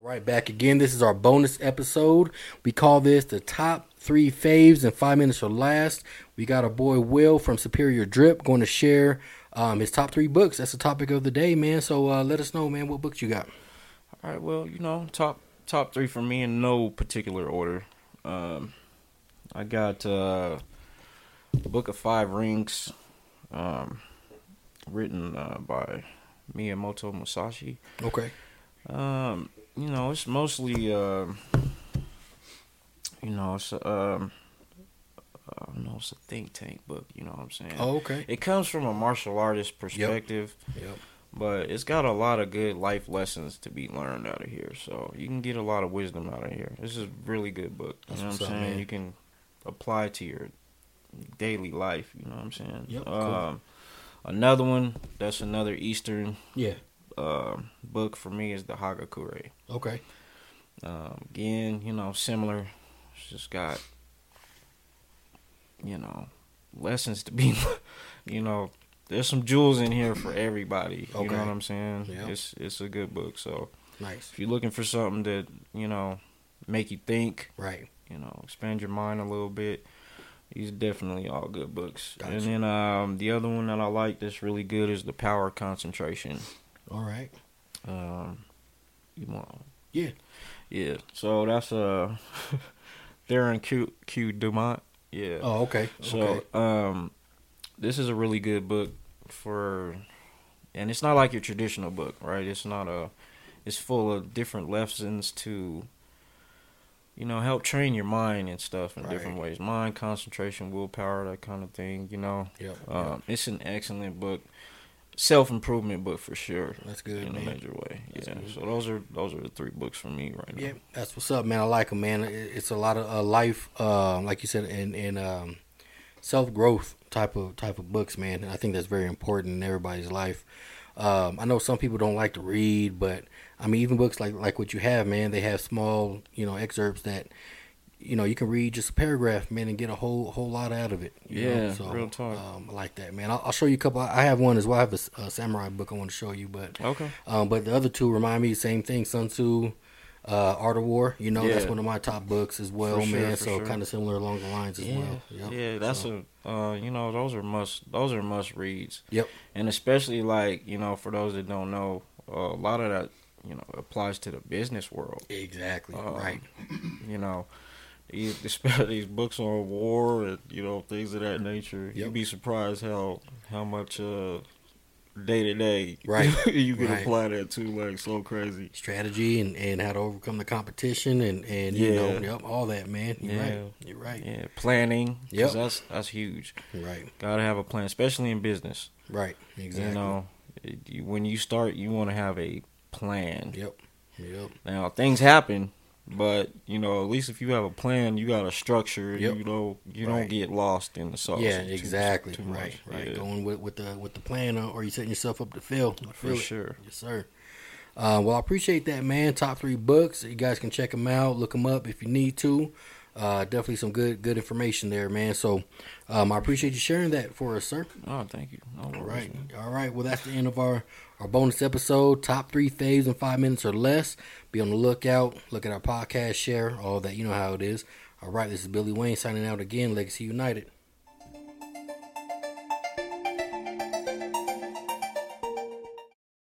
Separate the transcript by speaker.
Speaker 1: right back again. This is our bonus episode. We call this the top three faves and five minutes or last. We got our boy Will from Superior Drip going to share um, his top three books. That's the topic of the day, man. So uh, let us know, man, what books you got.
Speaker 2: All right, well, you know, top top three for me in no particular order. Um, I got uh, Book of Five Rings, um, written uh, by Miyamoto Musashi.
Speaker 1: Okay.
Speaker 2: Um, you know, it's mostly, uh, you know, it's um, I don't know, it's a think tank book. You know what I'm saying?
Speaker 1: Oh, okay.
Speaker 2: It comes from a martial artist perspective,
Speaker 1: Yep.
Speaker 2: but it's got a lot of good life lessons to be learned out of here. So you can get a lot of wisdom out of here. This is a really good book. You
Speaker 1: That's
Speaker 2: know what
Speaker 1: what's
Speaker 2: I'm
Speaker 1: up,
Speaker 2: saying?
Speaker 1: man.
Speaker 2: You can apply to your daily life. You know what I'm saying?
Speaker 1: Yep, cool.
Speaker 2: Um, another one. That's another Eastern
Speaker 1: Yeah.
Speaker 2: um book for me is the Hagakure.
Speaker 1: Okay.
Speaker 2: Um, again, you know, similar. It's just got, you know, lessons to be, you know, there's some jewels in here for everybody. You
Speaker 1: Okay.
Speaker 2: know what I'm saying?
Speaker 1: Yeah.
Speaker 2: It's it's a good book. So
Speaker 1: Nice.
Speaker 2: if you're looking for something that you know make you think,
Speaker 1: Right.
Speaker 2: you know, expand your mind a little bit, these are definitely all good books.
Speaker 1: Gotcha.
Speaker 2: And then um, the other one that I like that's really good is the Power of Concentration.
Speaker 1: All right.
Speaker 2: Um, you want?
Speaker 1: Yeah.
Speaker 2: Yeah. So that's uh, they're in Q Q Dumont. Yeah.
Speaker 1: Oh, okay.
Speaker 2: so
Speaker 1: okay.
Speaker 2: um, this is a really good book for, and it's not like your traditional book, right? It's not a, it's full of different lessons to. You know, help train your mind and stuff in different
Speaker 1: Right.
Speaker 2: ways. Mind, concentration, willpower, that kind of thing. You know,
Speaker 1: Yep. yep.
Speaker 2: um, it's an excellent book, self improvement book for sure
Speaker 1: That's good,
Speaker 2: in
Speaker 1: man.
Speaker 2: a major way.
Speaker 1: That's
Speaker 2: yeah.
Speaker 1: good.
Speaker 2: So those are those are the three books for me right now.
Speaker 1: Yeah, that's what's up, man. I like them, man. It- It's a lot of uh, life, uh, like you said, and and um, self growth type of type of books, man. And I think that's very important in everybody's life. Um, I know some people don't like to read, but I mean, even books like like what you have, man. They have small, you know, excerpts that you know you can read just a paragraph, man, and get a whole whole lot out of it. you know?
Speaker 2: Yeah, real talk.
Speaker 1: Um, I like that, man. I'll, I'll show you a couple. I I have one as well. I have a, s- a samurai book I want to show you, but
Speaker 2: Okay.
Speaker 1: um, but the other two remind me same thing. Sun Tzu, uh, Art of War. You know, that's
Speaker 2: Yeah.
Speaker 1: one of my top books as well,
Speaker 2: For sure,
Speaker 1: man.
Speaker 2: for
Speaker 1: so
Speaker 2: sure.
Speaker 1: kind of similar along the lines as
Speaker 2: Yeah.
Speaker 1: well. Yep.
Speaker 2: Yeah, that's
Speaker 1: so,
Speaker 2: a uh, you know, those are must those are must reads.
Speaker 1: Yep.
Speaker 2: And especially like, you know, for those that don't know, uh, a lot of that, you know, applies to the business world,
Speaker 1: exactly
Speaker 2: Um,
Speaker 1: right.
Speaker 2: you know. These, especially these books on war and you know things of that nature.
Speaker 1: Yep.
Speaker 2: You'd be surprised how how much uh day to day
Speaker 1: Right.
Speaker 2: you can
Speaker 1: Right.
Speaker 2: apply that to like so crazy.
Speaker 1: Strategy and, and how to overcome the competition and and you know
Speaker 2: Yeah.
Speaker 1: yep all that, man. You're
Speaker 2: Yeah.
Speaker 1: right. You're right.
Speaker 2: Yeah, planning. 'cause
Speaker 1: Yep.
Speaker 2: that's that's huge.
Speaker 1: You're right.
Speaker 2: Gotta have a plan, especially in business.
Speaker 1: Right. Exactly.
Speaker 2: You know, it- you- when you start, you want to have a plan.
Speaker 1: Yep. Yep.
Speaker 2: Now things happen, but you know, at least if you have a plan, you got a structure.
Speaker 1: Yep.
Speaker 2: You know, you
Speaker 1: Right.
Speaker 2: don't get lost in the sauce.
Speaker 1: yeah.
Speaker 2: too-
Speaker 1: exactly.
Speaker 2: too
Speaker 1: right.
Speaker 2: much.
Speaker 1: Right.
Speaker 2: Yeah,
Speaker 1: Going with with the with the plan, or, or you setting yourself up to fail. I
Speaker 2: for
Speaker 1: feel it.
Speaker 2: sure.
Speaker 1: Yes, sir. Uh, well, I appreciate that, man. Top three books. You guys can check them out, look them up if you need to. Uh, definitely some good good information there, man. So um, I appreciate you sharing that for us, sir.
Speaker 2: Oh, thank you. No
Speaker 1: All
Speaker 2: worries,
Speaker 1: right,
Speaker 2: man.
Speaker 1: all right. Well, that's the end of our our bonus episode. Top three faves in five minutes or less. Be on the lookout. Look at our podcast, share all that. You know how it is. All right, this is Billy Wayne signing out again. Legacy United.